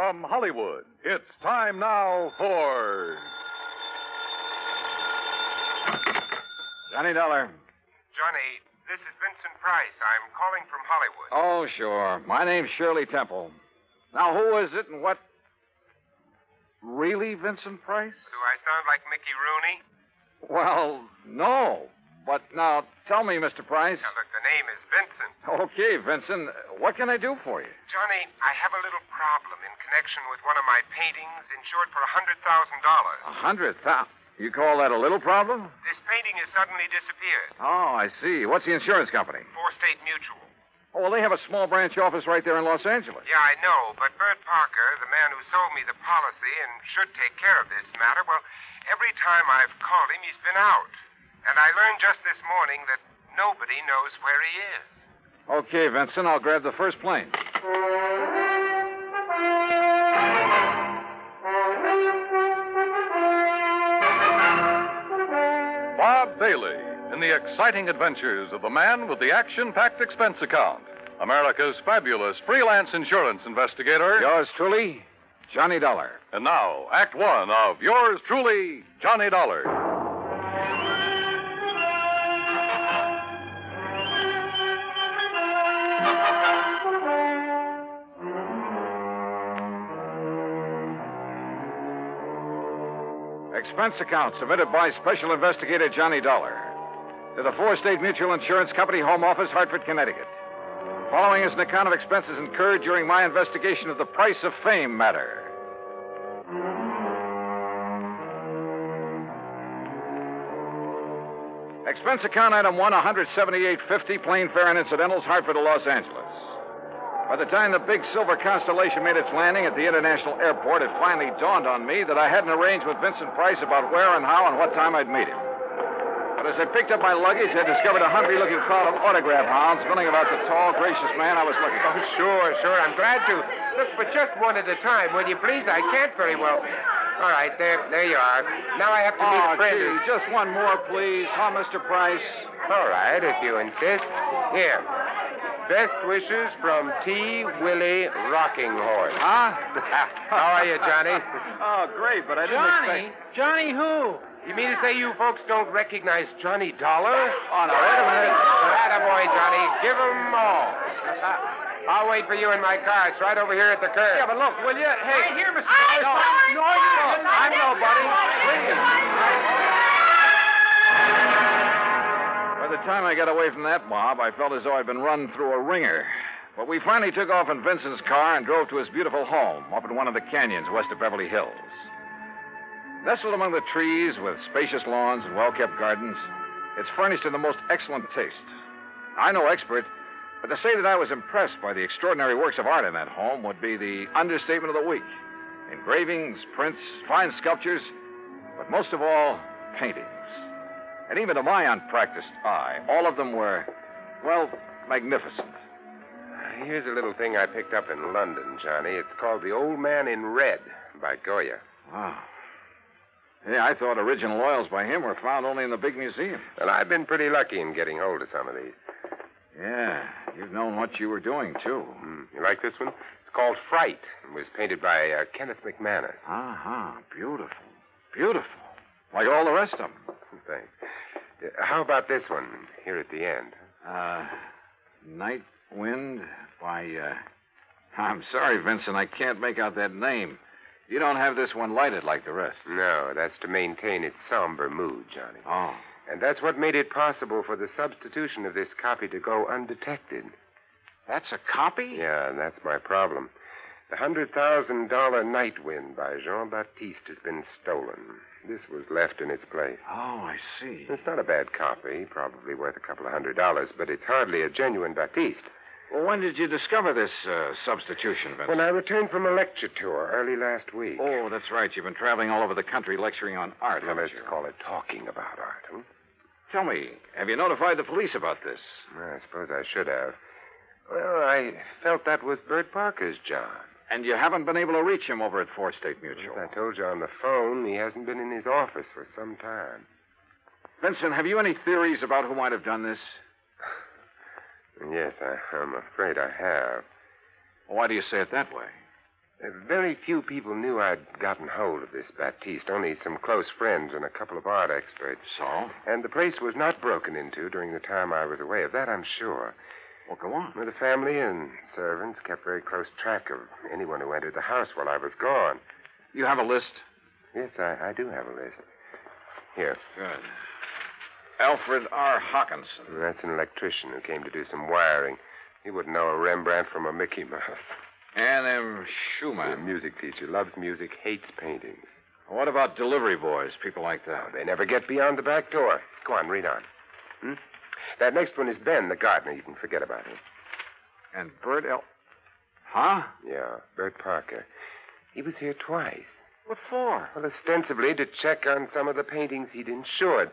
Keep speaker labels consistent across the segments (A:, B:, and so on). A: From Hollywood, it's time now for.
B: Johnny Dollar.
C: Johnny, this is Vincent Price. I'm calling from Hollywood.
B: Oh, sure. My name's Shirley Temple. Now, who is it and what? Really, Vincent Price?
C: Do I sound like Mickey Rooney?
B: Well, no. But now, tell me, Mr. Price.
C: Now, look, the name is Vincent.
B: Okay, Vincent, what can I do for you?
C: Johnny, I have a little problem in connection with one of my paintings insured for $100,000.
B: A hundred thousand. You call that a little problem?
C: This painting has suddenly disappeared.
B: Oh, I see. What's the insurance company?
C: For State Mutual.
B: Oh, well, they have a small branch office right there in Los Angeles.
C: Yeah, I know, but Bert Parker, the man who sold me the policy and should take care of this matter, well, every time I've called him, he's been out. And I learned just this morning that nobody knows where he is.
B: Okay, Vincent, I'll grab the first plane.
A: Bob Bailey in the exciting adventures of the man with the action packed expense account. America's fabulous freelance insurance investigator.
B: Yours truly, Johnny Dollar.
A: And now, Act One of yours truly, Johnny Dollar.
B: Expense account submitted by Special Investigator Johnny Dollar to the Four State Mutual Insurance Company Home Office, Hartford, Connecticut. Following is an account of expenses incurred during my investigation of the price of fame matter. Expense account item one, 17850, plane fare and incidentals, Hartford to Los Angeles. By the time the big silver constellation made its landing at the international airport, it finally dawned on me that I hadn't arranged with Vincent Price about where and how and what time I'd meet him. But as I picked up my luggage, I discovered a hungry looking crowd of autograph hounds milling about the tall, gracious man I was looking for.
C: Sure, sure. I'm glad to. Look, but just one at a time, will you please? I can't very well. All right, there, there you are. Now I have to meet
B: Oh,
C: a friend.
B: gee,
C: who-
B: just one more, please. Huh, Mr. Price?
C: All right, if you insist. Here. Best wishes from T. Willie Rocking Horse.
B: Huh?
C: How are you, Johnny?
B: Oh, great, but I didn't
D: Johnny?
B: expect...
D: Johnny who?
C: You mean to say you folks don't recognize Johnny Dollar?
B: Oh, now, wait a minute.
C: boy, Johnny. Give 'em all. I'll wait for you in my car. It's right over here at the curb.
B: Yeah, but look, will you? Hey.
C: Right here, Mr.
B: Hey,
C: Dollar.
B: no, no, you don't. I'm nobody. Please. By the time I got away from that mob, I felt as though I'd been run through a ringer. But we finally took off in Vincent's car and drove to his beautiful home up in one of the canyons west of Beverly Hills. Nestled among the trees with spacious lawns and well kept gardens, it's furnished in the most excellent taste. I no expert, but to say that I was impressed by the extraordinary works of art in that home would be the understatement of the week. Engravings, prints, fine sculptures, but most of all, paintings. And even to my unpracticed eye, all of them were, well, magnificent.
C: Uh, Here's a little thing I picked up in London, Johnny. It's called The Old Man in Red by Goya.
B: Wow. Yeah, I thought original oils by him were found only in the big museum.
C: Well, I've been pretty lucky in getting hold of some of these.
B: Yeah, you've known what you were doing, too.
C: Hmm, You like this one? It's called Fright and was painted by uh, Kenneth McManus.
B: Ah, uh beautiful. Beautiful. Like all the rest of them.
C: Thanks. Uh, How about this one here at the end?
B: Uh, Night Wind by, uh... I'm sorry, Vincent, I can't make out that name. You don't have this one lighted like the rest.
C: No, that's to maintain its somber mood, Johnny.
B: Oh.
C: And that's what made it possible for the substitution of this copy to go undetected.
B: That's a copy?
C: Yeah, and that's my problem. The $100,000 Night Wind by Jean Baptiste has been stolen. This was left in its place.
B: Oh, I see.
C: It's not a bad copy, probably worth a couple of hundred dollars, but it's hardly a genuine Baptiste.
B: Well, when did you discover this uh, substitution, Vincent?
C: When I returned from a lecture tour early last week.
B: Oh, that's right. You've been traveling all over the country lecturing on art.
C: Well,
B: haven't
C: let's
B: you?
C: call it talking about art, hmm?
B: Tell me, have you notified the police about this?
C: I suppose I should have. Well, I felt that was Bert Parker's job.
B: And you haven't been able to reach him over at Four State Mutual.
C: As I told you on the phone, he hasn't been in his office for some time.
B: Vincent, have you any theories about who might have done this?
C: And Yes, I, I'm afraid I have.
B: Why do you say it that way?
C: Uh, Very few people knew I'd gotten hold of this Baptiste, only some close friends and a couple of art experts.
B: So?
C: And the place was not broken into during the time I was away. Of that, I'm sure.
B: Well, go on.
C: Well, The family and servants kept very close track of anyone who entered the house while I was gone.
B: You have a list?
C: Yes, I, I do have a list. Here.
B: Good. Alfred R. Hawkinson.
C: That's an electrician who came to do some wiring. He wouldn't know a Rembrandt from a Mickey Mouse.
B: Ann
C: A
B: M. Schumann.
C: music teacher, loves music, hates paintings.
B: What about delivery boys, people like that?
C: They never get beyond the back door. Go on, read on. Hmm? That next one is Ben, the gardener. You can forget about him.
B: And Bert L. Huh?
C: Yeah, Bert Parker. He was here twice.
B: What for?
C: Well, ostensibly to check on some of the paintings he'd insured.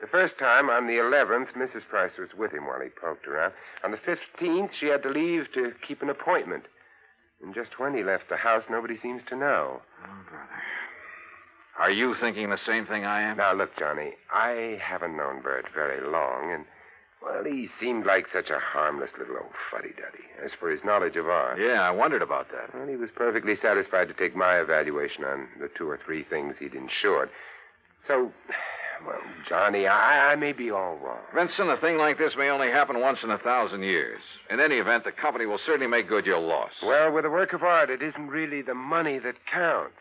C: The first time, on the 11th, Mrs. Price was with him while he poked around. On the 15th, she had to leave to keep an appointment. And just when he left the house, nobody seems to know.
B: Oh, Are you thinking the same thing I am?
C: Now, look, Johnny, I haven't known Bert very long, and, well, he seemed like such a harmless little old fuddy duddy. As for his knowledge of art,
B: Yeah, I wondered about that.
C: well, he was perfectly satisfied to take my evaluation on the two or three things he'd insured. So, well, Johnny, I, I may be all wrong.
B: Vincent, a thing like this may only happen once in a thousand years. In any event, the company will certainly make good your loss.
C: Well, with a work of art, it isn't really the money that counts.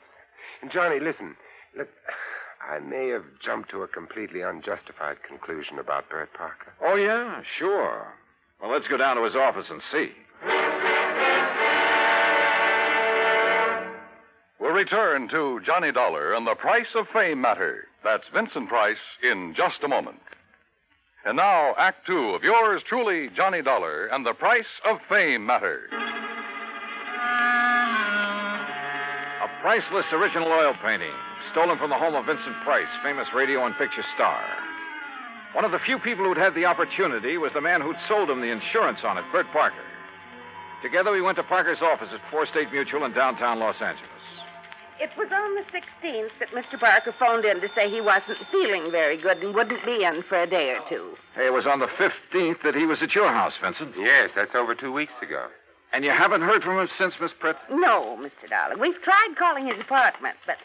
C: And, Johnny, listen. Look, I may have jumped to a completely unjustified conclusion about Bert Parker.
B: Oh, yeah, sure. Well, let's go down to his office and see.
E: We'll return to Johnny Dollar and the Price of Fame Matter. That's Vincent Price in just a moment. And now, Act Two of yours truly, Johnny Dollar and the Price of Fame Matter.
B: A priceless original oil painting, stolen from the home of Vincent Price, famous radio and picture star. One of the few people who'd had the opportunity was the man who'd sold him the insurance on it, Bert Parker. Together, we went to Parker's office at Four State Mutual in downtown Los Angeles.
F: It was on the 16th that Mr. Barker phoned in to say he wasn't feeling very good and wouldn't be in for a day or two.
B: Hey, it was on the 15th that he was at your house, Vincent.
C: Yes, that's over two weeks ago.
B: And you haven't heard from him since, Miss Pritt?
F: No, Mr. Dollar. We've tried calling his apartment, but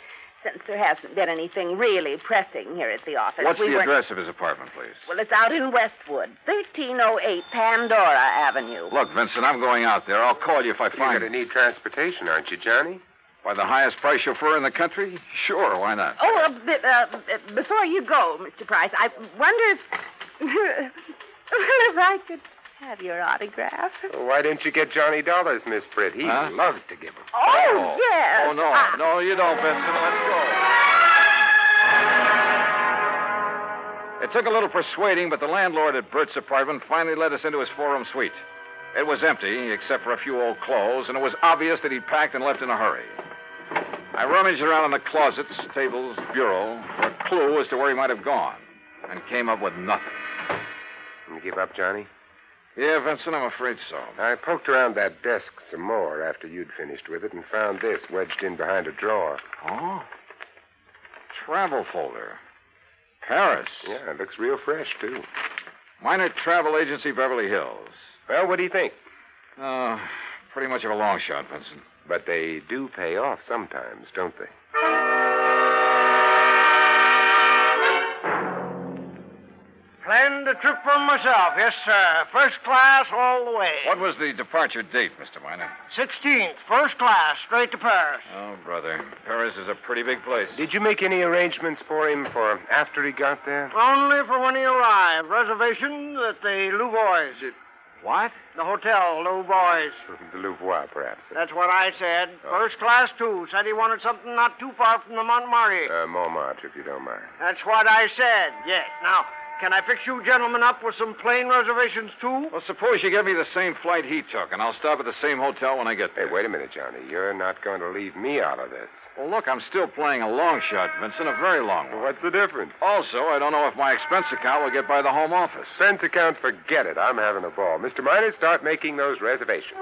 F: since there hasn't been anything really pressing here at the office,
B: What's
F: we
B: the
F: weren't-
B: address of his apartment, please?
F: Well, it's out in Westwood, 1308 Pandora Avenue.
B: Look, Vincent, I'm going out there. I'll call you if I
C: You're
B: find
C: going to
B: it.
C: need transportation, aren't you, Johnny?
B: By the highest price chauffeur in the country? Sure, why not?
F: Oh, a bit, uh, b- before you go, Mr. Price, I wonder if. well, if I could have your autograph.
C: Well, why didn't you get Johnny Dollars, Miss Britt? He
B: Huh?
C: loves to give them.
F: Oh, yes.
B: Oh, no.
F: Ah.
B: No, you don't, Vincent. Oh, Let's go. It took a little persuading, but the landlord at Bert's apartment finally let us into his four room suite. It was empty, except for a few old clothes, and it was obvious that he'd packed and left in a hurry. I rummaged around in the closets, tables, bureau for a clue as to where he might have gone, and came up with nothing.
C: You give up, Johnny?
B: Yeah, Vincent, I'm afraid so.
C: I poked around that desk some more after you'd finished with it and found this wedged in behind a drawer.
B: Oh? travel folder. Paris.
C: Yeah, it looks real fresh, too.
B: Minor Travel Agency, Beverly Hills.
C: Well, what do you think?
B: Uh, pretty much of a long shot, Vincent.
C: But they do pay off sometimes, don't they?
G: Planned the trip for myself, yes, sir. First class all the way.
B: What was the departure date, Mr. Minor?
G: 16th, first class, straight to Paris.
B: Oh, brother. Paris is a pretty big place.
C: Did you make any arrangements for him for after he got there?
G: Only for when he arrived. Reservation at the Louvois.
B: What?
G: The hotel, Louvois.
C: the Louvois, perhaps.
G: That's what I said. First class, too. Said he wanted something not too far from the Montmartre.
C: Uh, Montmartre, if you don't mind.
G: That's what I said. Yes. Now, can I fix you gentlemen up with some plane reservations, too?
B: Well, suppose you give me the same flight he took, and I'll stop at the same hotel when I get
C: Hey,
B: there.
C: wait a minute, Johnny. You're not going to leave me out of this.
B: Well, look, I'm still playing a long shot, Vincent, a very long one.
C: What's the difference?
B: Also, I don't know if my expense account will get by the Home Office.
C: Expense account, forget it. I'm having a ball. Mr. Miner, start making those reservations.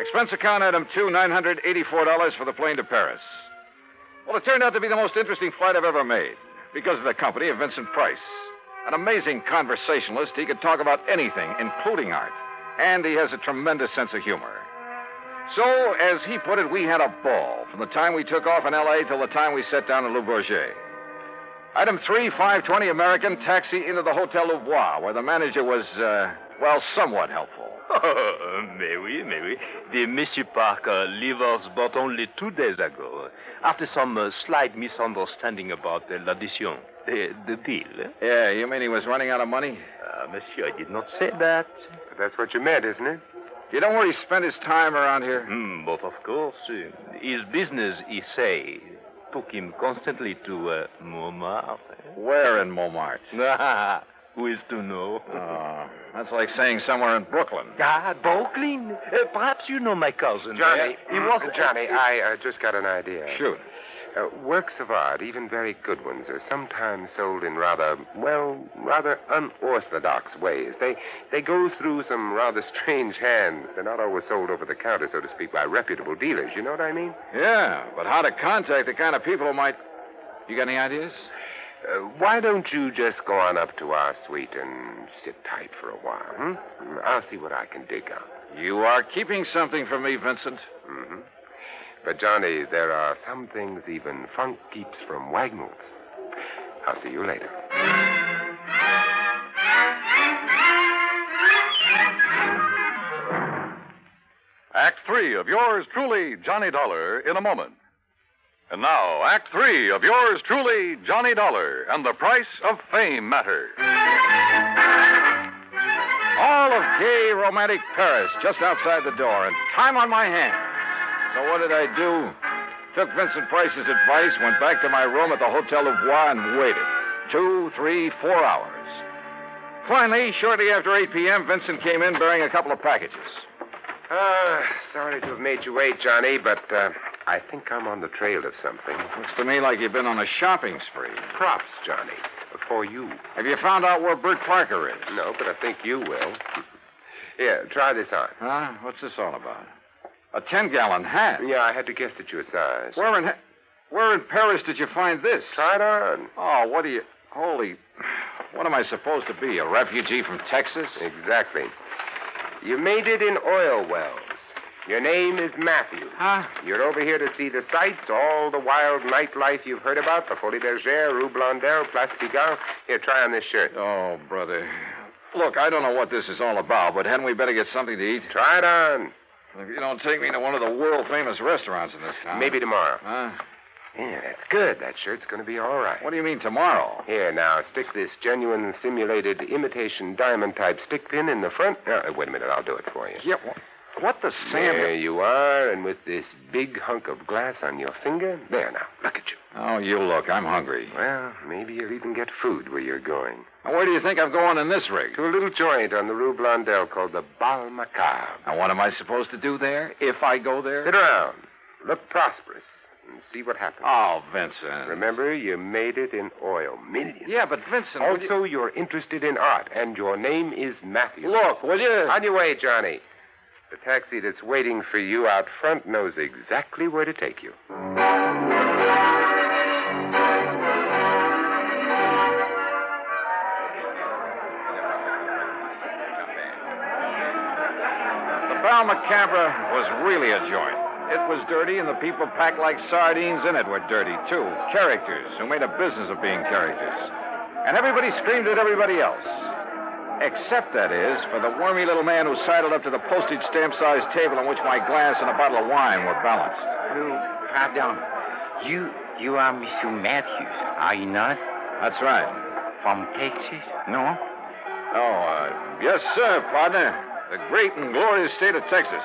B: Expense account item two, $984 for the plane to Paris. Well, it turned out to be the most interesting flight I've ever made because of the company of Vincent Price. An amazing conversationalist, he could talk about anything, including art. And he has a tremendous sense of humor. So, as he put it, we had a ball from the time we took off in L.A. till the time we sat down in Le Bourget. Item three, 520 American, taxi into the Hotel Louvois, where the manager was, uh, well, somewhat helpful.
H: Oh, mais oui, mais oui. The Monsieur Parker leave us but only two days ago, after some uh, slight misunderstanding about uh, l'addition, the, the deal. eh?
B: Yeah, you mean he was running out of money?
H: Uh, monsieur, I did not say that.
C: But that's what you meant, isn't it?
B: You know where he spent his time around here?
H: Hmm, but of course, uh, his business, he say, took him constantly to uh, Montmartre. eh? Ah,
B: Where in Montmartre?
H: Who is to know?
B: Oh, that's like saying somewhere in Brooklyn.
H: Ah, Brooklyn. Uh, perhaps you know my cousin.
C: Johnny,
H: Uh, he was
C: Johnny, I uh, just got an idea.
B: Shoot.
C: Uh, works of art, even very good ones, are sometimes sold in rather, well, rather unorthodox ways. They they go through some rather strange hands. They're not always sold over the counter, so to speak, by reputable dealers. You know what I mean?
B: Yeah, but how to contact the kind of people who might. You got any ideas?
C: Uh, why don't you just go on up to our suite and sit tight for a while? Hmm? I'll see what I can dig up.
B: You are keeping something from me, Vincent.
C: hmm But Johnny, there are some things even funk keeps from Wagnalls. I'll see you later.
E: Act three of yours truly, Johnny Dollar, in a moment. And now, Act three of yours truly, Johnny Dollar, and the price of fame matter.
B: All of gay, romantic Paris just outside the door, and time on my hands. So what did I do? Took Vincent Price's advice, went back to my room at the Hotel of Bois, and waited. Two, three, four hours. Finally, shortly after 8 p.m., Vincent came in bearing a couple of packages.
C: Uh, sorry to have made you wait, Johnny, but uh, I think I'm on the trail of something.
B: Looks to me like you've been on a shopping spree.
C: Props, Johnny, for you.
B: Have you found out where Bert Parker is?
C: No, but I think you will. Here, try this on.
B: Huh? What's this all about? A ten gallon hat?
C: Yeah, I had to guess at your size.
B: Where in he- where in Paris did you find this?
C: Try it on.
B: Oh, what do you holy what am I supposed to be? A refugee from Texas?
C: Exactly. You made it in oil wells. Your name is Matthew.
B: Huh?
C: You're over here to see the sights, all the wild nightlife you've heard about the Folie Bergère, Rue Blondel, Place Pigalle. Here, try on this shirt.
B: Oh, brother. Look, I don't know what this is all about, but hadn't we better get something to eat?
C: Try it on.
B: If you don't take me to one of the world famous restaurants in this town.
C: Maybe tomorrow.
B: Huh?
C: Yeah, that's good. That shirt's going to be all right.
B: What do you mean tomorrow?
C: Here, now, stick this genuine simulated imitation diamond type stick pin in the front. Uh, wait a minute, I'll do it for you.
B: Yeah, wh- what the
C: There
B: Sam?
C: you are, and with this big hunk of glass on your finger. There now, look at you.
B: Oh, you look. I'm hungry.
C: Well, maybe you'll even get food where you're going.
B: Now, where do you think I'm going in this rig?
C: To a little joint on the Rue Blondel called the Bal Macabre.
B: Now, what am I supposed to do there if I go there?
C: Sit around, look prosperous, and see what happens.
B: Oh, Vincent.
C: Remember, you made it in oil. Millions.
B: Yeah, but Vincent. will you-
C: Also, you're interested in art, and your name is Matthew.
B: Look, will you?
C: On your way, Johnny. The taxi that's waiting for you out front knows exactly where to take you.
B: Hotel Macabre was really a joint. It was dirty, and the people packed like sardines in it were dirty, too. Characters who made a business of being characters. And everybody screamed at everybody else. Except, that is, for the wormy little man who sidled up to the postage stamp sized table on which my glass and a bottle of wine were balanced.
I: You, pardon. You, you are Monsieur Matthews, are you not?
B: That's right.
I: From Texas? No?
B: Oh, uh, yes, sir, partner. The great and glorious state of Texas.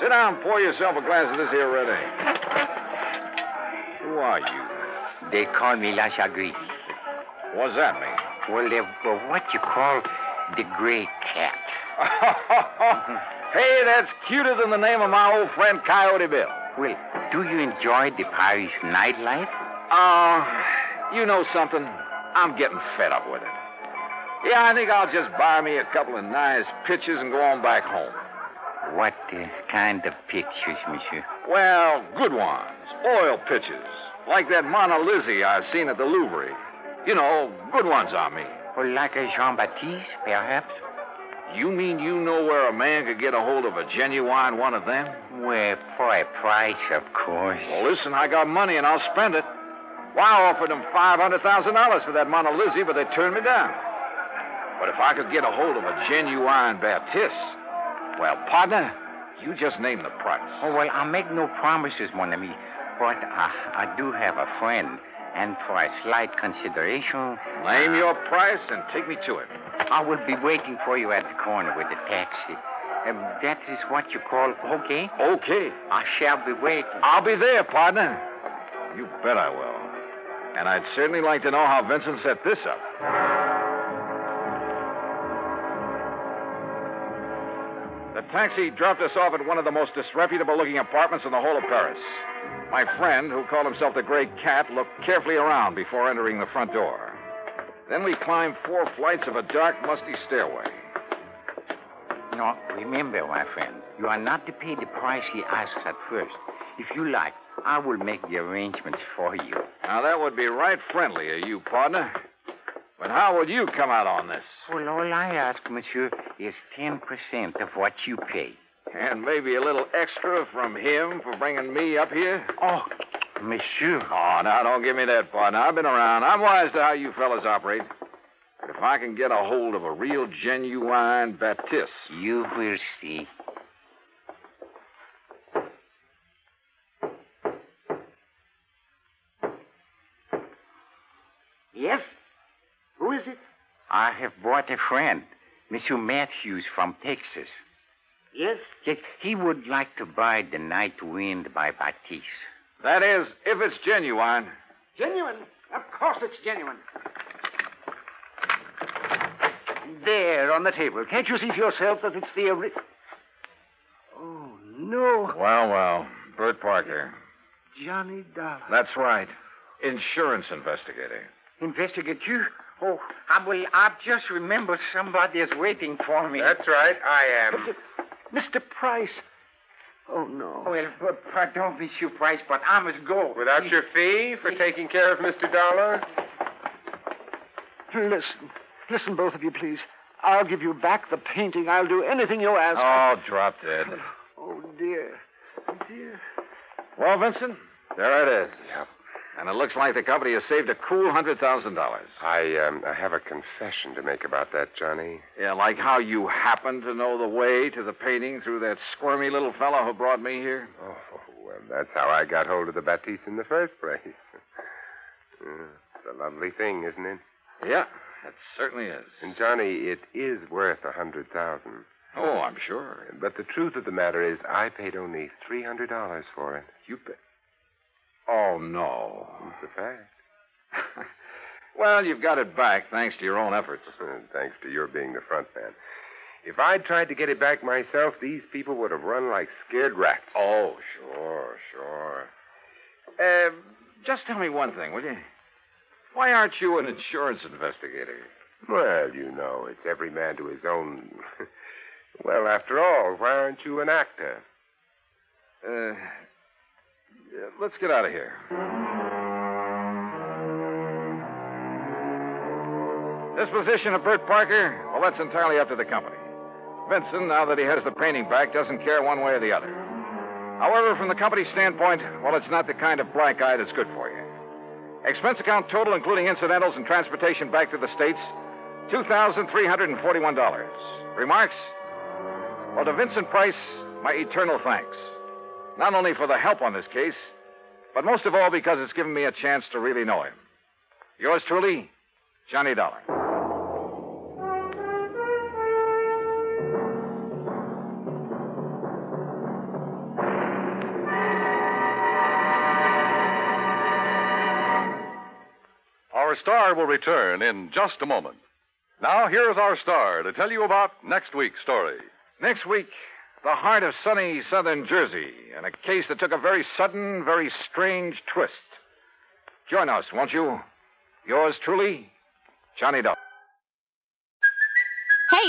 B: Sit down and pour yourself a glass of this here red ale. Who are you?
I: They call me La Chagri.
B: What's that mean?
I: Well, they were what you call the gray cat.
B: hey, that's cuter than the name of my old friend Coyote Bill.
I: Well, do you enjoy the Paris nightlife?
B: Uh, you know something? I'm getting fed up with it. Yeah, I think I'll just buy me a couple of nice pitchers and go on back home.
I: What uh, kind of pictures, monsieur?
B: Well, good ones. Oil pitchers. Like that Mona Lizzie I seen at the Louvre. You know, good ones I mean.
I: Or like a Jean Baptiste, perhaps?
B: You mean you know where a man could get a hold of a genuine one of them?
I: Well, for a price, of course.
B: Well, listen, I got money and I'll spend it. Why, I offered them $500,000 for that Mona Lizzie, but they turned me down. But if I could get a hold of a genuine Baptiste, well, partner, you just name the price.
I: Oh, well, I make no promises, mon ami. But I, I do have a friend, and for a slight consideration, uh,
B: Name your price and take me to it.
I: I will be waiting for you at the corner with the taxi. Um, that is what you call okay?
B: Okay.
I: I shall be waiting.
B: I'll be there, partner. You bet I will. And I'd certainly like to know how Vincent set this up. The taxi dropped us off at one of the most disreputable looking apartments in the whole of Paris. My friend, who called himself the Great Cat, looked carefully around before entering the front door. Then we climbed four flights of a dark, musty stairway.
I: No, remember, my friend, you are not to pay the price he asks at first. If you like, I will make the arrangements for you.
B: Now, that would be right friendly of you, partner. But how would you come out on this?
I: Well, all I ask, monsieur, is 10% of what you pay.
B: And maybe a little extra from him for bringing me up here?
I: Oh, monsieur.
B: Oh, now, don't give me that, partner. I've been around. I'm wise to how you fellas operate. But if I can get a hold of a real, genuine Baptiste.
I: You will see.
J: Yes? Who is it?
I: I have brought a friend, Monsieur Matthews from Texas.
J: Yes?
I: Yes, He would like to buy The Night Wind by Baptiste.
B: That is, if it's genuine.
J: Genuine? Of course it's genuine.
G: There, on the table. Can't you see for yourself that it's the ori- Oh, no.
B: Well, well. Bert Parker.
G: Johnny Dollar.
B: That's right. Insurance investigator.
I: Investigate you? Oh, I will. I've just remembered somebody is waiting for me.
C: That's right, I am.
G: Mr. Price. Oh, no.
I: Well, p- pardon, Monsieur Price, but I must go.
C: Without your fee for taking care of Mr. Dollar?
G: Listen. Listen, both of you, please. I'll give you back the painting. I'll do anything you ask.
B: Oh, drop dead.
G: Oh, dear. Dear.
B: Well, Vincent, there it is. And it looks like the company has saved a cool hundred thousand dollars.
C: I, um, I have a confession to make about that, Johnny.
B: Yeah, like how you happen to know the way to the painting through that squirmy little fellow who brought me here.
C: Oh, well, that's how I got hold of the Baptiste in the first place. Uh, It's a lovely thing, isn't it?
B: Yeah, it certainly is.
C: And Johnny, it is worth a hundred thousand.
B: Oh, I'm sure.
C: But the truth of the matter is, I paid only three hundred dollars for it.
B: You bet. Oh no.
C: It's a fact.
B: well, you've got it back thanks to your own efforts.
C: Thanks to your being the front man. If I'd tried to get it back myself, these people would have run like scared rats.
B: Oh, sure, sure. Uh, just tell me one thing, will you? Why aren't you an insurance investigator?
C: Well, you know, it's every man to his own. well, after all, why aren't you an actor?
B: Uh, yeah, let's get out of here. Disposition of Bert Parker? Well, that's entirely up to the company. Vincent, now that he has the painting back, doesn't care one way or the other. However, from the company's standpoint, well, it's not the kind of black eye that's good for you. Expense account total, including incidentals and transportation back to the States, $2,341. Remarks? Well, to Vincent Price, my eternal thanks. Not only for the help on this case, but most of all because it's given me a chance to really know him. Yours truly, Johnny Dollar.
K: Our star will return in just a moment. Now, here's our star to tell you about next week's story.
B: Next week, the heart of sunny southern Jersey, and a case that took a very sudden, very strange twist. Join us, won't you? Yours truly, Johnny Dollar.
L: Hey,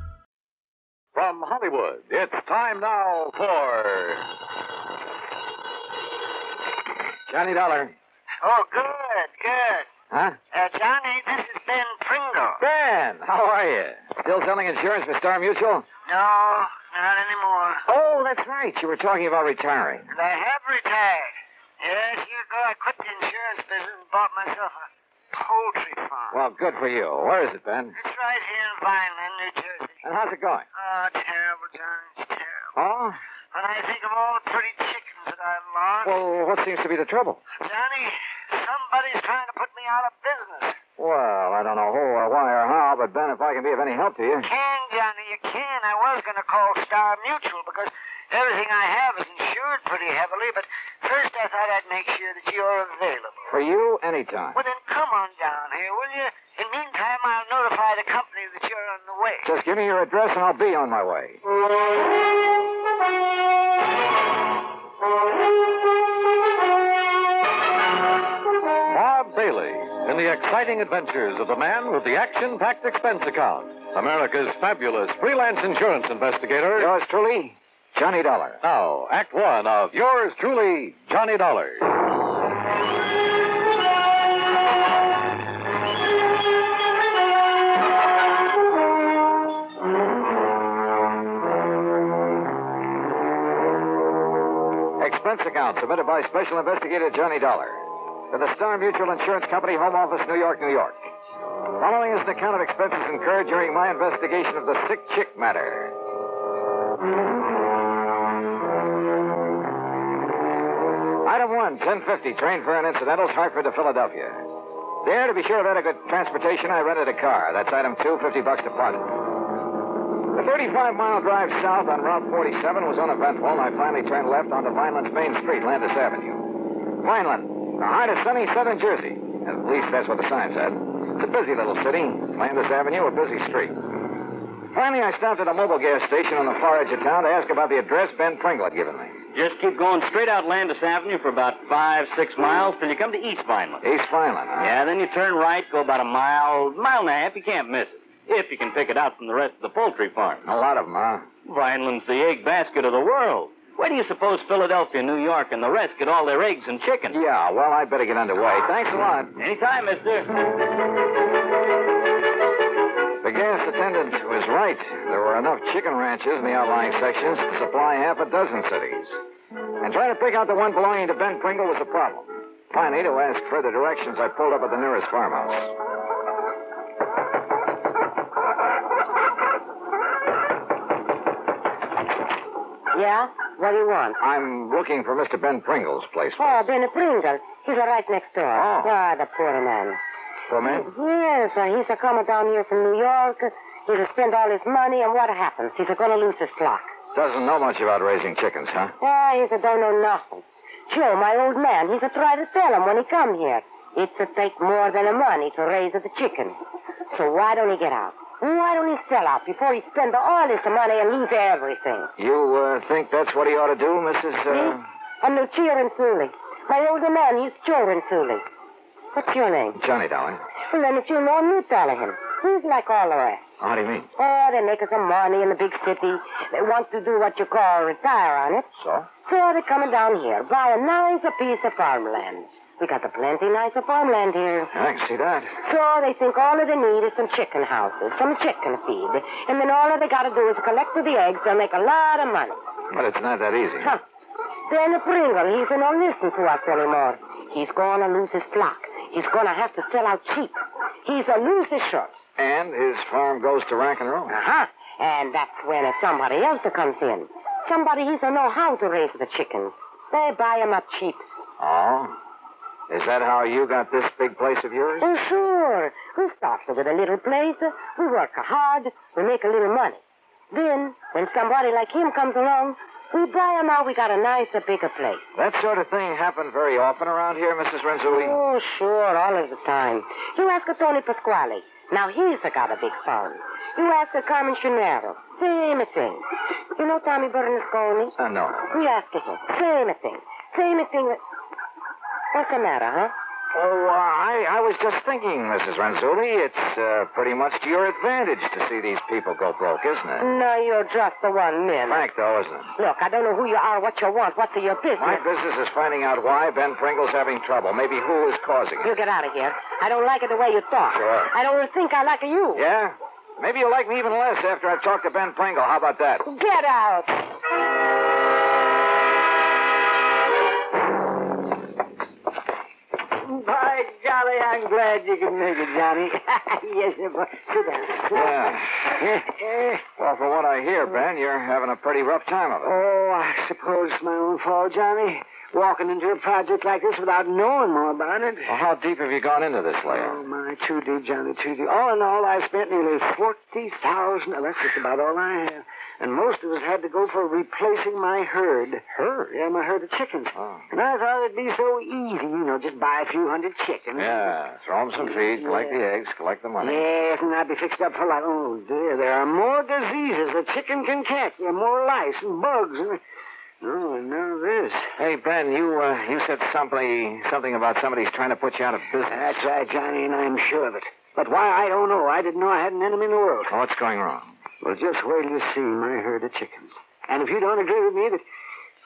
M: From Hollywood, it's time now for
N: Johnny Dollar.
O: Oh, good, good.
N: Huh?
O: Uh, Johnny, this is Ben
M: Uh.
O: Pringle.
N: Ben, how are you? Still selling insurance for Star Mutual?
O: No, not anymore.
N: Oh, that's right. You were talking about retiring.
O: And I have retired. Yes, year ago I quit the insurance business and bought myself a poultry farm.
N: Well, good for you. Where is it, Ben?
O: It's right here in Vineland, New Jersey.
N: And how's it going?
O: Oh, terrible, Johnny, it's terrible.
N: Oh?
O: When I think of all the pretty chickens that I've lost,
N: Well, what seems to be the trouble?
O: Johnny, somebody's trying to put me out of business.
N: Well, I don't know who or why or how, but Ben, if I can be of any help to you.
O: can, Johnny, you can. I was going to call Star Mutual because everything I have is insured pretty heavily, but first I thought I'd make sure that you're available.
N: For you, anytime.
O: Well, then come on down here, will you? In the meantime, I'll notify the company that you're on the way.
N: Just give me your address and I'll be on my way.
M: Bob Bailey in the exciting adventures of the man with the action packed expense account. America's fabulous freelance insurance investigator.
N: Yours truly, Johnny Dollar.
M: Now, Act One of Yours Truly, Johnny Dollar.
N: Expense account submitted by Special Investigator Johnny Dollar to the Star Mutual Insurance Company Home Office, New York, New York. Following is an account of expenses incurred during my investigation of the sick chick matter. Item one, 1050, train fare and incidentals, Hartford to Philadelphia. There, to be sure of adequate transportation, I rented a car. That's item two, 50 bucks deposit. The 35 mile drive south on Route 47 was uneventful, and I finally turned left onto Vineland's main street, Landis Avenue. Vineland, the heart of sunny southern Jersey. At least that's what the sign said. It's a busy little city. Landis Avenue, a busy street. Finally, I stopped at a mobile gas station on the far edge of town to ask about the address Ben Pringle had given me.
P: Just keep going straight out Landis Avenue for about five, six miles till you come to East Vineland.
N: East Vineland, huh?
P: Yeah, then you turn right, go about a mile, mile and a half. You can't miss it. If you can pick it out from the rest of the poultry farm.
N: A lot of them, huh?
P: Vineland's the egg basket of the world. Where do you suppose Philadelphia, New York, and the rest get all their eggs and chicken?
N: Yeah, well, I'd better get underway. Thanks a lot.
P: Anytime, mister.
N: The gas attendant was right. There were enough chicken ranches in the outlying sections to supply half a dozen cities. And trying to pick out the one belonging to Ben Pringle was a problem. Finally, to ask further directions, I pulled up at the nearest farmhouse.
A: Yeah? What do you want?
N: I'm looking for Mr. Ben Pringle's place.
A: Oh, Ben Pringle. He's right next door. Oh. Ah, the poor man.
N: For me?
A: Yes, uh, he's a coming down here from New York. He's a spend all his money, and what happens? He's a gonna lose his flock.
N: Doesn't know much about raising chickens, huh?
A: Ah, he's a don't know nothing. Joe, my old man, he's a try to sell him when he come here. It's a take more than a money to raise the chicken. So why don't he get out? Why don't he sell out before he spends all this money and lose everything?
I: You uh, think that's what he ought to do, Mrs. Uh,
A: I'm no children, Sully. My older man used children, Sully. What's your name?
I: Johnny, darling?
A: Well, then if you know him, you tell him. He's like all the rest.
I: How do you mean?
A: Oh, they make some money in the big city. They want to do what you call retire on it.
I: So?
A: So they're coming down here, buy a nicer piece of farmland. We got a plenty nicer farmland here.
I: I can see that.
A: So they think all that they need is some chicken houses, some chicken feed. And then all that they gotta do is collect the eggs. They'll make a lot of money.
I: But it's not that easy.
A: Huh. Then Pringle, he's not listen to us anymore. He's gonna lose his flock. He's gonna have to sell out cheap. He's a loser short.
I: And his farm goes to rack and ruin.
A: Uh-huh. And that's when somebody else comes in. Somebody he don't know how to raise the chickens. They buy 'em up cheap.
I: Oh? Is that how you got this big place of yours?
A: Oh, sure. We started with a little place. We work hard. We make a little money. Then, when somebody like him comes along, we buy him out. We got a nicer, bigger place.
I: That sort of thing happened very often around here, Mrs. Renzulli.
A: Oh, sure, all of the time. You ask a Tony Pasquale. Now he's a got a big farm. You ask a Carmen Chinero. Same thing. You know Tommy Bernasconi?
I: Uh, no.
A: We ask him. Same thing. Same thing. that- What's the matter, huh?
I: Oh, uh, I, I was just thinking, Mrs. Renzulli, it's uh, pretty much to your advantage to see these people go broke, isn't it?
A: No, you're just the one man.
I: Frank, though, isn't it?
A: Look, I don't know who you are, what you want, what's in your business.
I: My business is finding out why Ben Pringle's having trouble. Maybe who is causing it.
A: You get out of here. I don't like it the way you talk.
I: Sure.
A: I don't think I like you.
I: Yeah? Maybe you'll like me even less after I've talked to Ben Pringle. How about that?
A: Get out.
N: By golly, I'm glad you could make it, Johnny. yes, sir, boy. Sit down. Sit down.
I: Yeah. Well, from what I hear, Ben, you're having a pretty rough time of it.
N: Oh, I suppose it's my own fault, Johnny. Walking into a project like this without knowing more about it.
I: Well, how deep have you gone into this
N: Oh,
I: layer?
N: my, too deep, Johnny, too deep. All in all, I spent nearly 40000 Well, that's just about all I have. And most of us had to go for replacing my herd. Herd? Yeah, my herd of chickens.
I: Oh.
N: And I thought it'd be so easy, you know, just buy a few hundred chickens.
I: Yeah, throw him some feed, collect the eggs, collect the money.
N: Yes, and I'd be fixed up for life. Oh, dear, there are more diseases a chicken can catch. There are more lice and bugs and... No, and now this.
I: Hey, Ben, you uh, you said something something about somebody's trying to put you out of business.
N: That's right, Johnny, and I'm sure of it. But why, I don't know. I didn't know I had an enemy in the world.
I: Well, what's going wrong?
N: Well, just wait till you see my herd of chickens. And if you don't agree with me that...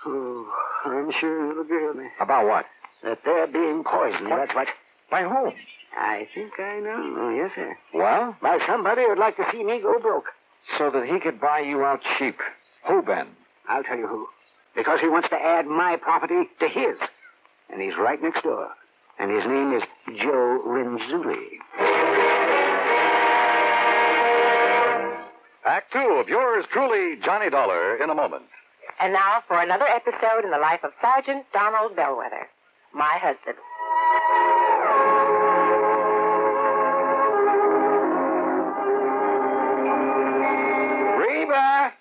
N: Oh, I'm sure you'll agree with me.
I: About what?
N: That they're being poisoned, that's what.
I: By whom?
N: I think I know. Oh, yes, sir.
I: Well,
N: By somebody who'd like to see me go broke.
I: so that he could buy you out cheap. Who, Ben?
N: I'll tell you who. Because he wants to add my property to his. And he's right next door. And his name is Joe Renzulli.
Q: Act two of yours truly, Johnny Dollar, in a moment.
R: And now for another episode in the life of Sergeant Donald Bellwether, my husband.
S: Reba!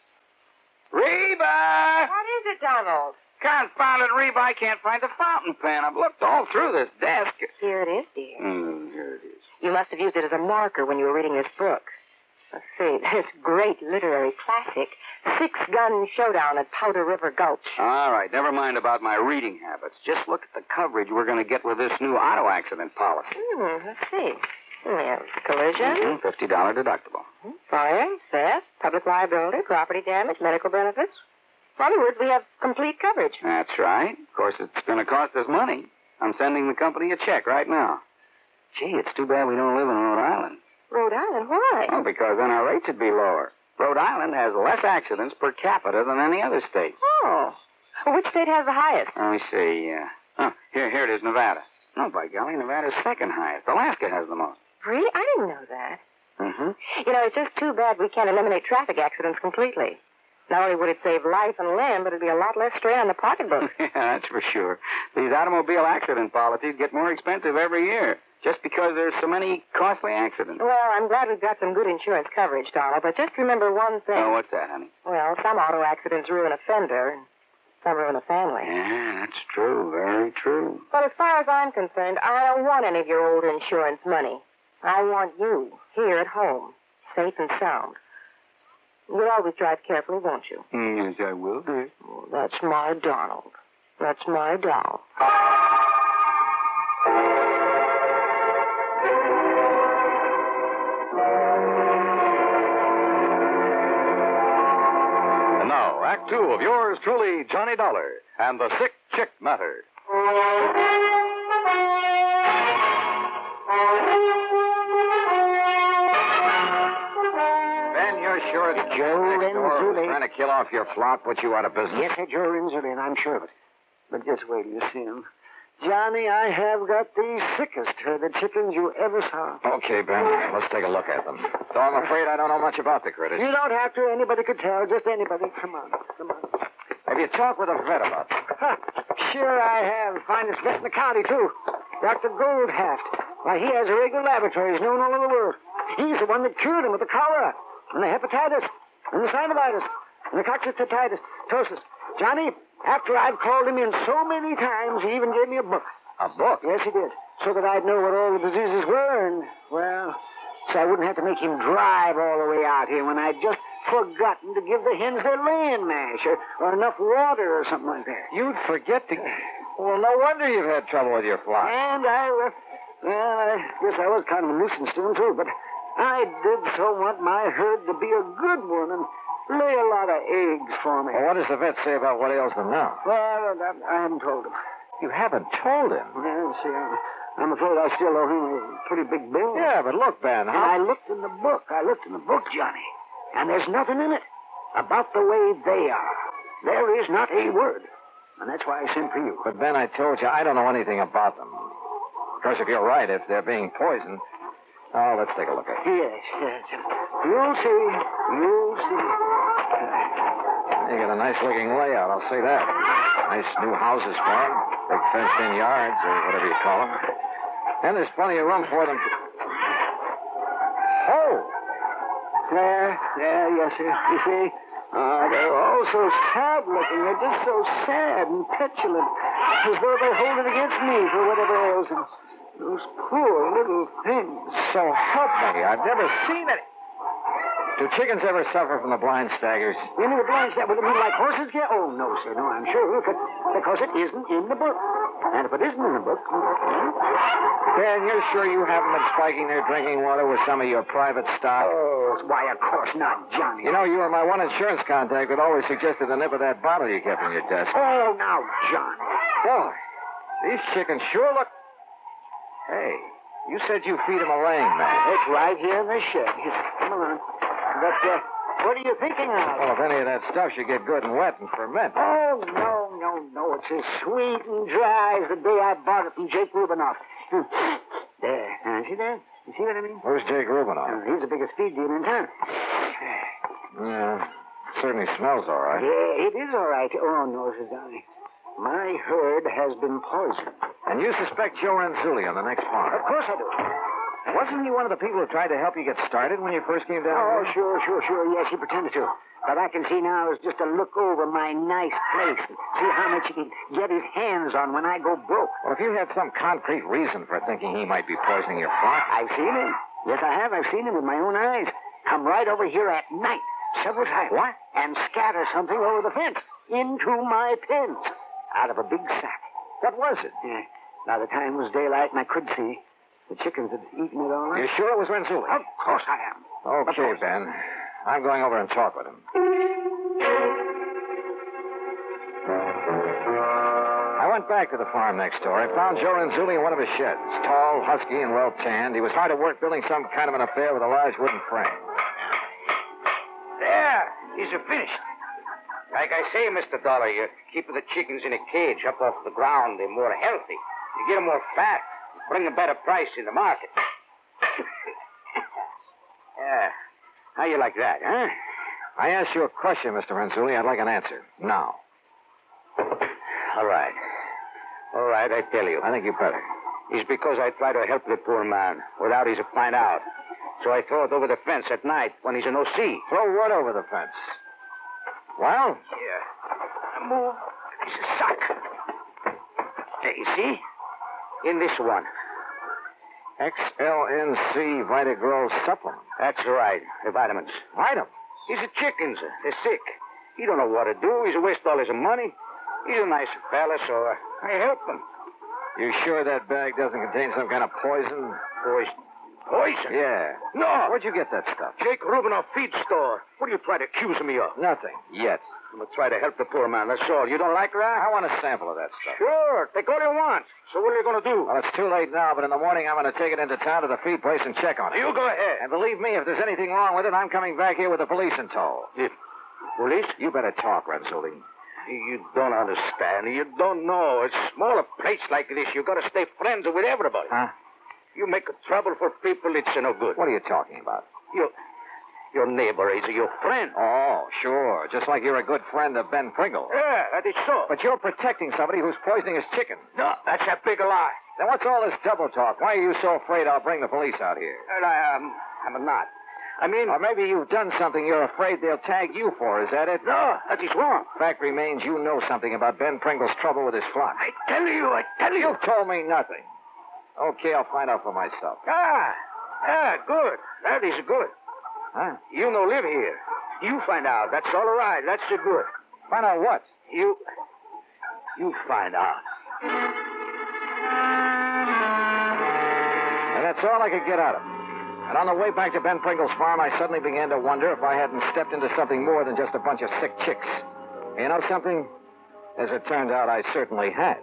S: Reba!
R: What is it, Donald?
S: Confounded Reba, I can't find the fountain pen. I've looked all through this desk.
R: Here it is, dear.
S: Mm, here it is.
R: You must have used it as a marker when you were reading this book. Let's see, this great literary classic, Six Gun Showdown at Powder River Gulch.
S: All right, never mind about my reading habits. Just look at the coverage we're going to get with this new auto accident policy.
R: Hmm, let's see. There's
S: Mhm,
R: collision,
S: $50 deductible.
R: fire, theft, public liability, property damage, medical benefits. In other words, we have complete coverage.
S: That's right. Of course, it's going to cost us money. I'm sending the company a check right now. Gee, it's too bad we don't live in Rhode Island.
R: Rhode Island, why?
S: Well, because then our rates would be lower. Rhode Island has less accidents per capita than any other state.
R: Oh. Which state has the highest?
S: Let me see. Uh, huh, here, here it is, Nevada. No, by golly, Nevada's second highest. Alaska has the most.
R: Really? I didn't know that.
S: Mm-hmm.
R: You know, it's just too bad we can't eliminate traffic accidents completely. Not only would it save life and limb, but it'd be a lot less strain on the pocketbook.
S: Yeah, that's for sure. These automobile accident policies get more expensive every year just because there's so many costly accidents.
R: well, I'm glad we've got some good insurance coverage, Donald, but just remember one thing.
S: Oh, what's that, honey?
R: Well, some auto accidents ruin a fender, and some ruin a family.
S: Yeah, that's true. Very true.
R: But as far as I'm concerned, I don't want any of your old insurance money. I want you here at home. safe and sound. You'll always drive carefully, won't you?
B: yes, I will, dear.
R: That's my Donald. That's my doll.
T: And now, Act Two of yours truly, Johnny Dollar and the Sick Chick Matter.
B: Ben, you're sure it's the
N: Joe
B: man next door who's
N: Renzulli.
B: trying to kill off your flop, put you out of business.
N: Yes, sir, Joe Renzulli, and I'm sure of it. But just wait till you see him. Johnny, I have got the sickest herd of chickens you ever saw.
B: Okay, Ben, let's take a look at them. Though I'm afraid I don't know much about the critters.
N: You don't have to. Anybody could tell. Just anybody. Come on. Come on.
B: Have you talked with a vet about them?
N: Sure, I have. Finest vet in the county, too. Dr. Goldhaft. Why, he has a regular laboratory. He's known all over the world. He's the one that cured him of the cholera, and the hepatitis, and the synovitis, and the coccytitis, ptosis. Johnny, after I'd called him in so many times, he even gave me a book.
B: A book?
N: Yes, he did. So that I'd know what all the diseases were, and, well, so I wouldn't have to make him drive all the way out here when I'd just forgotten to give the hens their land mash or, or enough water or something like that.
B: You'd forget to. Well, no wonder you've had trouble with your flop.
N: And I, uh, well, I guess I was kind of a nuisance to him, too, but I did so want my herd to be a good one and lay a lot of eggs for me.
B: Well, what does the vet say about what ails them now?
N: Well, I, I haven't told him.
B: You haven't told him.
N: Well, see, I'm, I'm afraid I still owe him a pretty big bill.
B: Yeah, but look, Ben,
N: And I looked in the book. I looked in the book, Johnny. And there's nothing in it about the way they are. There is not a word. And that's why I sent for you.
B: But Ben, I told you I don't know anything about them. Of course, if you're right, if they're being poisoned. Oh, let's take a look at it.
N: Yes, yes. You'll see. You'll see.
B: You got a nice looking layout, I'll say that. Nice new houses for 'em. Big fenced in yards, or whatever you call 'em. And there's plenty of room for them. To... Oh!
N: There, there, yes, sir. You see? Uh, they're all so sad looking. They're just so sad and petulant, as though they hold it against me for whatever ails them. Those poor little things.
B: So help me. I've never seen any. Do chickens ever suffer from the blind staggers?
N: You mean the blinds that would have been like horses get? Oh, no, sir, no, I'm sure. Look, because it isn't in the book. And if it isn't in the book, hmm?
B: Ben, you're sure you haven't been spiking their drinking water with some of your private stock?
N: Oh, why, of course not, Johnny.
B: You know, you were my one insurance contact that always suggested the nip of that bottle you kept in your desk.
N: Oh, now, Johnny.
B: Boy, these chickens sure look. Hey, you said you feed them a laying man.
N: It's right here in the shed. Come along. But uh, what are you thinking of?
B: Well, if any of that stuff should get good and wet and ferment.
N: Oh, no, no, no. It's as sweet and dry as the day I bought it from Jake Rubinoff. there. Uh, see there? You see what I mean?
B: Where's Jake Rubinoff?
N: Uh, he's the biggest feed dealer in town.
B: Yeah, certainly smells all right.
N: Yeah, it is all right. Oh, no, Sir Johnny. My herd has been poisoned.
B: And you suspect Joe Ranzulli on the next farm.
N: Of course I do.
B: Wasn't he one of the people who tried to help you get started when you first came down
N: Oh,
B: here?
N: sure, sure, sure. Yes, he pretended to. But I can see now is just to look over my nice place and see how much he can get his hands on when I go broke.
B: Well, if you had some concrete reason for thinking he might be poisoning your flock.
N: I've seen him. Yes, I have. I've seen him with my own eyes. Come right over here at night several times.
B: What?
N: And scatter something over the fence into my pens out of a big sack.
B: What was it?
N: Yeah. By the time it was daylight and I could see, the chickens had eaten it all up.
B: You sure it was Ranzulli?
N: Of course I am. Of
B: Okay,
N: course.
B: Ben. I'm going over and talk with him. I went back to the farm next door. I found Joe Ranzulli in one of his sheds. Tall, husky, and well tanned. He was hard at work building some kind of an affair with a large wooden frame.
A: There, these are finished. Like I say, Mr. Dollar, you're keeping the chickens in a cage up off the ground. They're more healthy. You get 'em more fat, bring a better price in the market. yeah. How you like that, huh?
B: I asked you a question, Mr. Ranzulli. I'd like an answer. Now.
A: All right. All right, I tell you.
B: I think you better.
A: It's because I try to help the poor man without his find out. So I throw it over the fence at night when he's in O.C.
B: Throw what over the fence? Well?
A: Yeah. I move. This is suck. There, you see? In this one.
B: XLNC Vitagrow supplement.
A: That's right. The vitamins. Vitamins? He's a chicken, sir. They're sick. He don't know what to do. He's a waste all his money. He's a nice fella, so uh, I help him.
B: You sure that bag doesn't contain some kind of poison?
A: Poison? Poison?
B: Yeah.
A: No!
B: Where'd you get that stuff?
A: Jake Rubinoff feed store. What are you trying to accuse me of?
B: Nothing. Yet.
A: I'm gonna try to help the poor man. That's all. You don't like that?
B: I want a sample of that stuff.
A: Sure. Take all you want. So what are you gonna do?
B: Well, it's too late now, but in the morning I'm going to take it into town to the feed place and check on it.
A: You go ahead.
B: And believe me, if there's anything wrong with it, I'm coming back here with the police in tow.
A: If police?
B: You better talk, Renzulli.
A: You don't understand. You don't know. It's small a place like this. You gotta stay friends with everybody.
B: Huh?
A: You make trouble for people, it's no good.
B: What are you talking about?
A: Your your neighbor is your friend.
B: Oh, sure. Just like you're a good friend of Ben Pringle.
A: Yeah, that is so.
B: But you're protecting somebody who's poisoning his chicken.
A: No, that's a big lie.
B: Then what's all this double talk? Why are you so afraid I'll bring the police out here?
A: And I, um, I'm not. I mean,
B: Or maybe you've done something you're afraid they'll tag you for, is that it?
A: no, that is wrong.
B: Fact remains you know something about Ben Pringle's trouble with his flock.
A: I tell you, I tell you.
B: You've told me nothing. Okay, I'll find out for myself.
A: Ah, ah, good. That is good.
B: Huh?
A: You no live here. You find out. That's all right. That's the good.
B: Find out what?
A: You, you find out.
B: And that's all I could get out of him. And on the way back to Ben Pringle's farm, I suddenly began to wonder if I hadn't stepped into something more than just a bunch of sick chicks. You know something? As it turned out, I certainly had.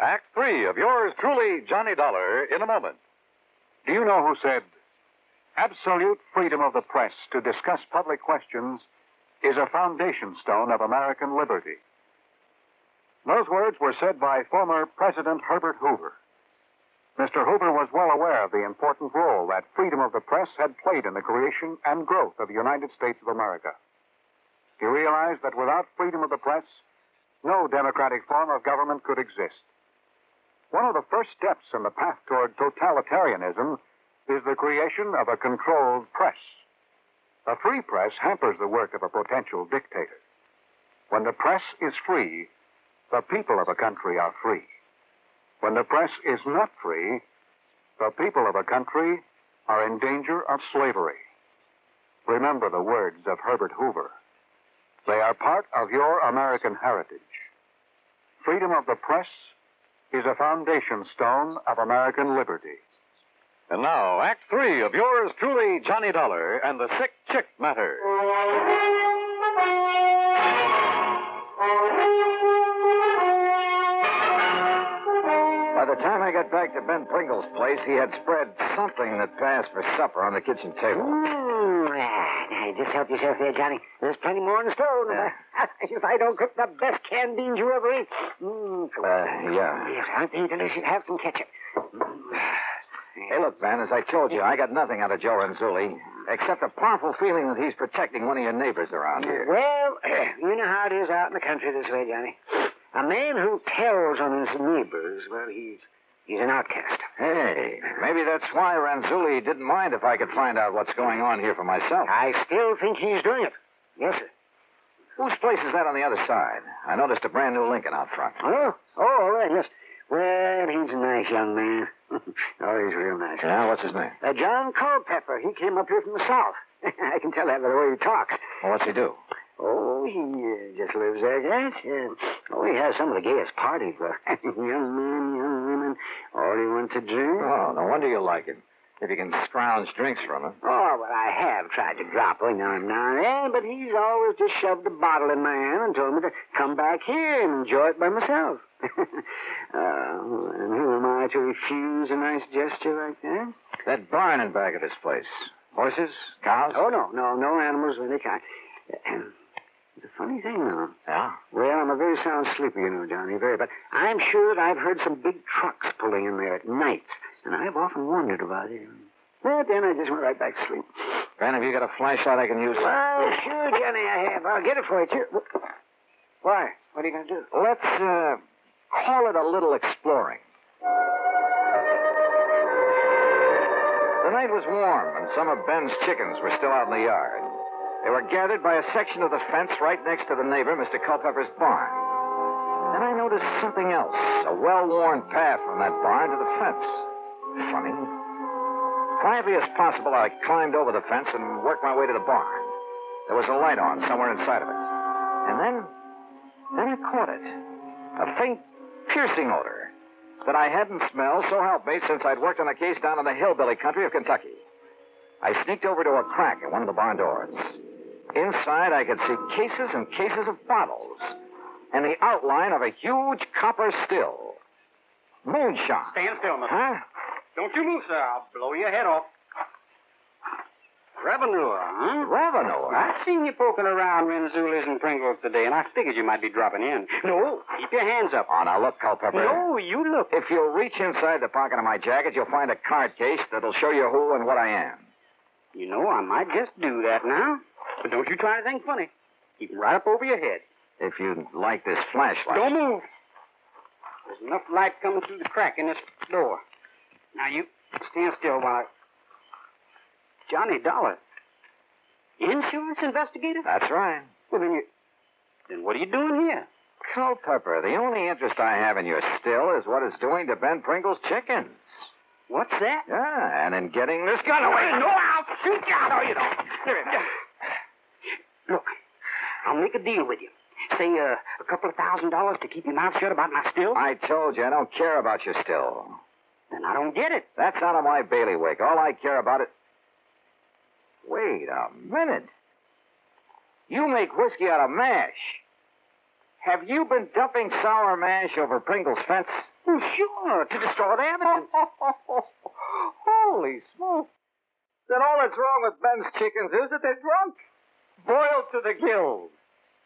U: Act three of yours truly, Johnny Dollar, in a moment.
M: Do you know who said, absolute freedom of the press to discuss public questions is a foundation stone of American liberty? Those words were said by former President Herbert Hoover. Mr. Hoover was well aware of the important role that freedom of the press had played in the creation and growth of the United States of America. He realized that without freedom of the press, no democratic form of government could exist. One of the first steps in the path toward totalitarianism is the creation of a controlled press. A free press hampers the work of a potential dictator. When the press is free, the people of a country are free. When the press is not free, the people of a country are in danger of slavery. Remember the words of Herbert Hoover. They are part of your American heritage. Freedom of the press is a foundation stone of American liberty.
U: And now, Act Three of yours truly, Johnny Dollar and the Sick Chick Matter.
B: By the time I got back to Ben Pringle's place, he had spread something that passed for supper on the kitchen table.
N: Mm, ah, now, just help yourself there, Johnny. There's plenty more in the stove.
B: Yeah.
N: if I don't cook the best canned beans you ever ate. Mm,
B: Uh, yeah.
N: yes, aren't they delicious? Have some ketchup.
B: Hey, look, Ben, as I told you, I got nothing out of Joe Renzulli except a powerful feeling that he's protecting one of your neighbors around here.
N: Well, you know how it is out in the country this way, Johnny. A man who tells on his neighbors, well, he's he's an outcast.
B: Hey, maybe that's why Ranzulli didn't mind if I could find out what's going on here for myself.
N: I still think he's doing it. Yes, sir.
B: Whose place is that on the other side? I noticed a brand new Lincoln out front.
N: Oh, oh, all right, yes. Well, he's a nice young man. oh, he's real nice.
B: Yeah, what's his name?
N: Uh, John Culpepper. He came up here from the south. I can tell that by the way he talks.
B: Well, what's he do?
N: Oh, he uh, just lives there, yes. Uh, oh, he has some of the gayest parties, though. young men, young women, all he wants to drink.
B: Oh, no wonder you like him. If you can scrounge drinks from him.
N: Oh, well, I have tried to drop him now and now, and then, but he's always just shoved a bottle in my hand and told me to come back here and enjoy it by myself. uh, and who am I to refuse a nice gesture like that?
B: That barn in back of this place. Horses? Cows?
N: Oh, no, no, no animals of any kind. It's a funny thing, though.
B: Yeah.
N: Well, I'm a very sound sleeper, you know, Johnny, very, but I'm sure that I've heard some big trucks pulling in there at night, and I've often wondered about it. But then I just went right back to sleep.
B: Ben, have you got a flashlight I can use?
N: Well, sure, Johnny, I have. I'll get it for you, too. Why? What are you going to do?
B: Let's uh, call it a little exploring.
N: night was warm, and some of Ben's chickens were still out in the yard. They were gathered by a section of the fence right next to the neighbor, Mr. Culpepper's barn. Then I noticed something else a well worn path from that barn to the fence. Funny. Quietly as possible, I climbed over the fence and worked my way to the barn. There was a light on somewhere inside of it. And then, then I caught it a faint, piercing odor that I hadn't smelled, so help me, since I'd worked on a case down in the hillbilly country of Kentucky. I sneaked over to a crack in one of the barn doors. Inside, I could see cases and cases of bottles and the outline of a huge copper still. Moonshine.
V: Stand still, mister.
N: Huh?
V: Don't you move, sir. I'll blow your head off.
R: Revenue, huh?
N: Revenue?
R: I've seen you poking around Renzoula's and Pringles today, and I figured you might be dropping in. No, keep your hands up.
N: Oh, now look, Culpepper.
R: No, you look.
N: If you'll reach inside the pocket of my jacket, you'll find a card case that'll show you who and what I am.
R: You know, I might just do that now. But don't you try anything funny. Keep it right up over your head.
N: If you'd like this flashlight.
R: Don't move. There's enough light coming through the crack in this door. Now you stand still while I. Johnny Dollar. Insurance investigator?
N: That's right.
R: Well, then you. Then what are you doing here?
N: Culpepper, the only interest I have in your still is what it's doing to Ben Pringle's chickens.
R: What's that?
N: Yeah, and in getting this gun away.
R: No, I'll shoot you. No, you don't. Here. Look, I'll make a deal with you. Say uh, a couple of thousand dollars to keep your mouth shut about my still.
N: I told you I don't care about your still.
R: Then I don't get it.
N: That's out of my bailiwick. All I care about it. Wait a minute. You make whiskey out of mash. Have you been dumping sour mash over Pringle's fence?
R: Well, Oh, sure, to destroy the evidence.
N: Holy smoke. Then all that's wrong with Ben's chickens is that they're drunk. Boiled to the gills.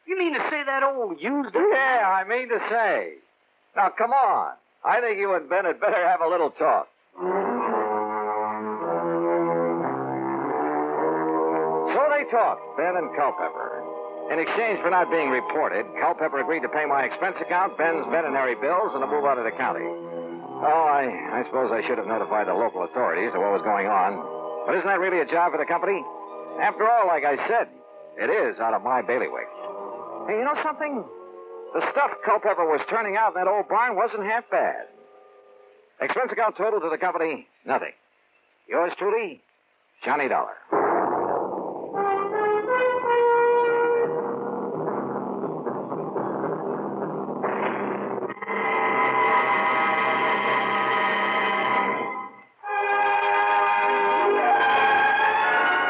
R: You mean to say that old used?
N: Yeah, I mean to say. Now, come on. I think you and Ben had better have a little talk. So they talked, Ben and Culpepper. In exchange for not being reported, Culpepper agreed to pay my expense account, Ben's veterinary bills, and to move out of the county. Oh, I, I suppose I should have notified the local authorities of what was going on. But isn't that really a job for the company? After all, like I said, it is out of my bailiwick. Hey, you know something? The stuff Culpepper was turning out in that old barn wasn't half bad. Expense account total to the company, nothing. Yours truly, Johnny Dollar.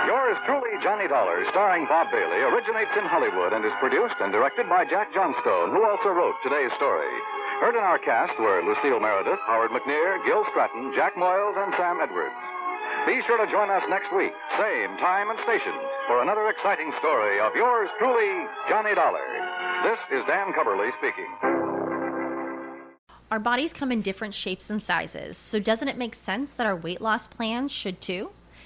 B: Yours truly, Johnny Dollar, starring Bob Bailey, originates in Hollywood and is produced and directed by Jack Johnstone, who also wrote today's story. Heard in our cast were Lucille Meredith, Howard McNear, Gil Stratton, Jack Moyles, and Sam Edwards. Be sure to join us next week, same time and station, for another exciting story of yours truly, Johnny Dollar. This is Dan Coverly speaking.
W: Our bodies come in different shapes and sizes, so doesn't it make sense that our weight loss plans should too?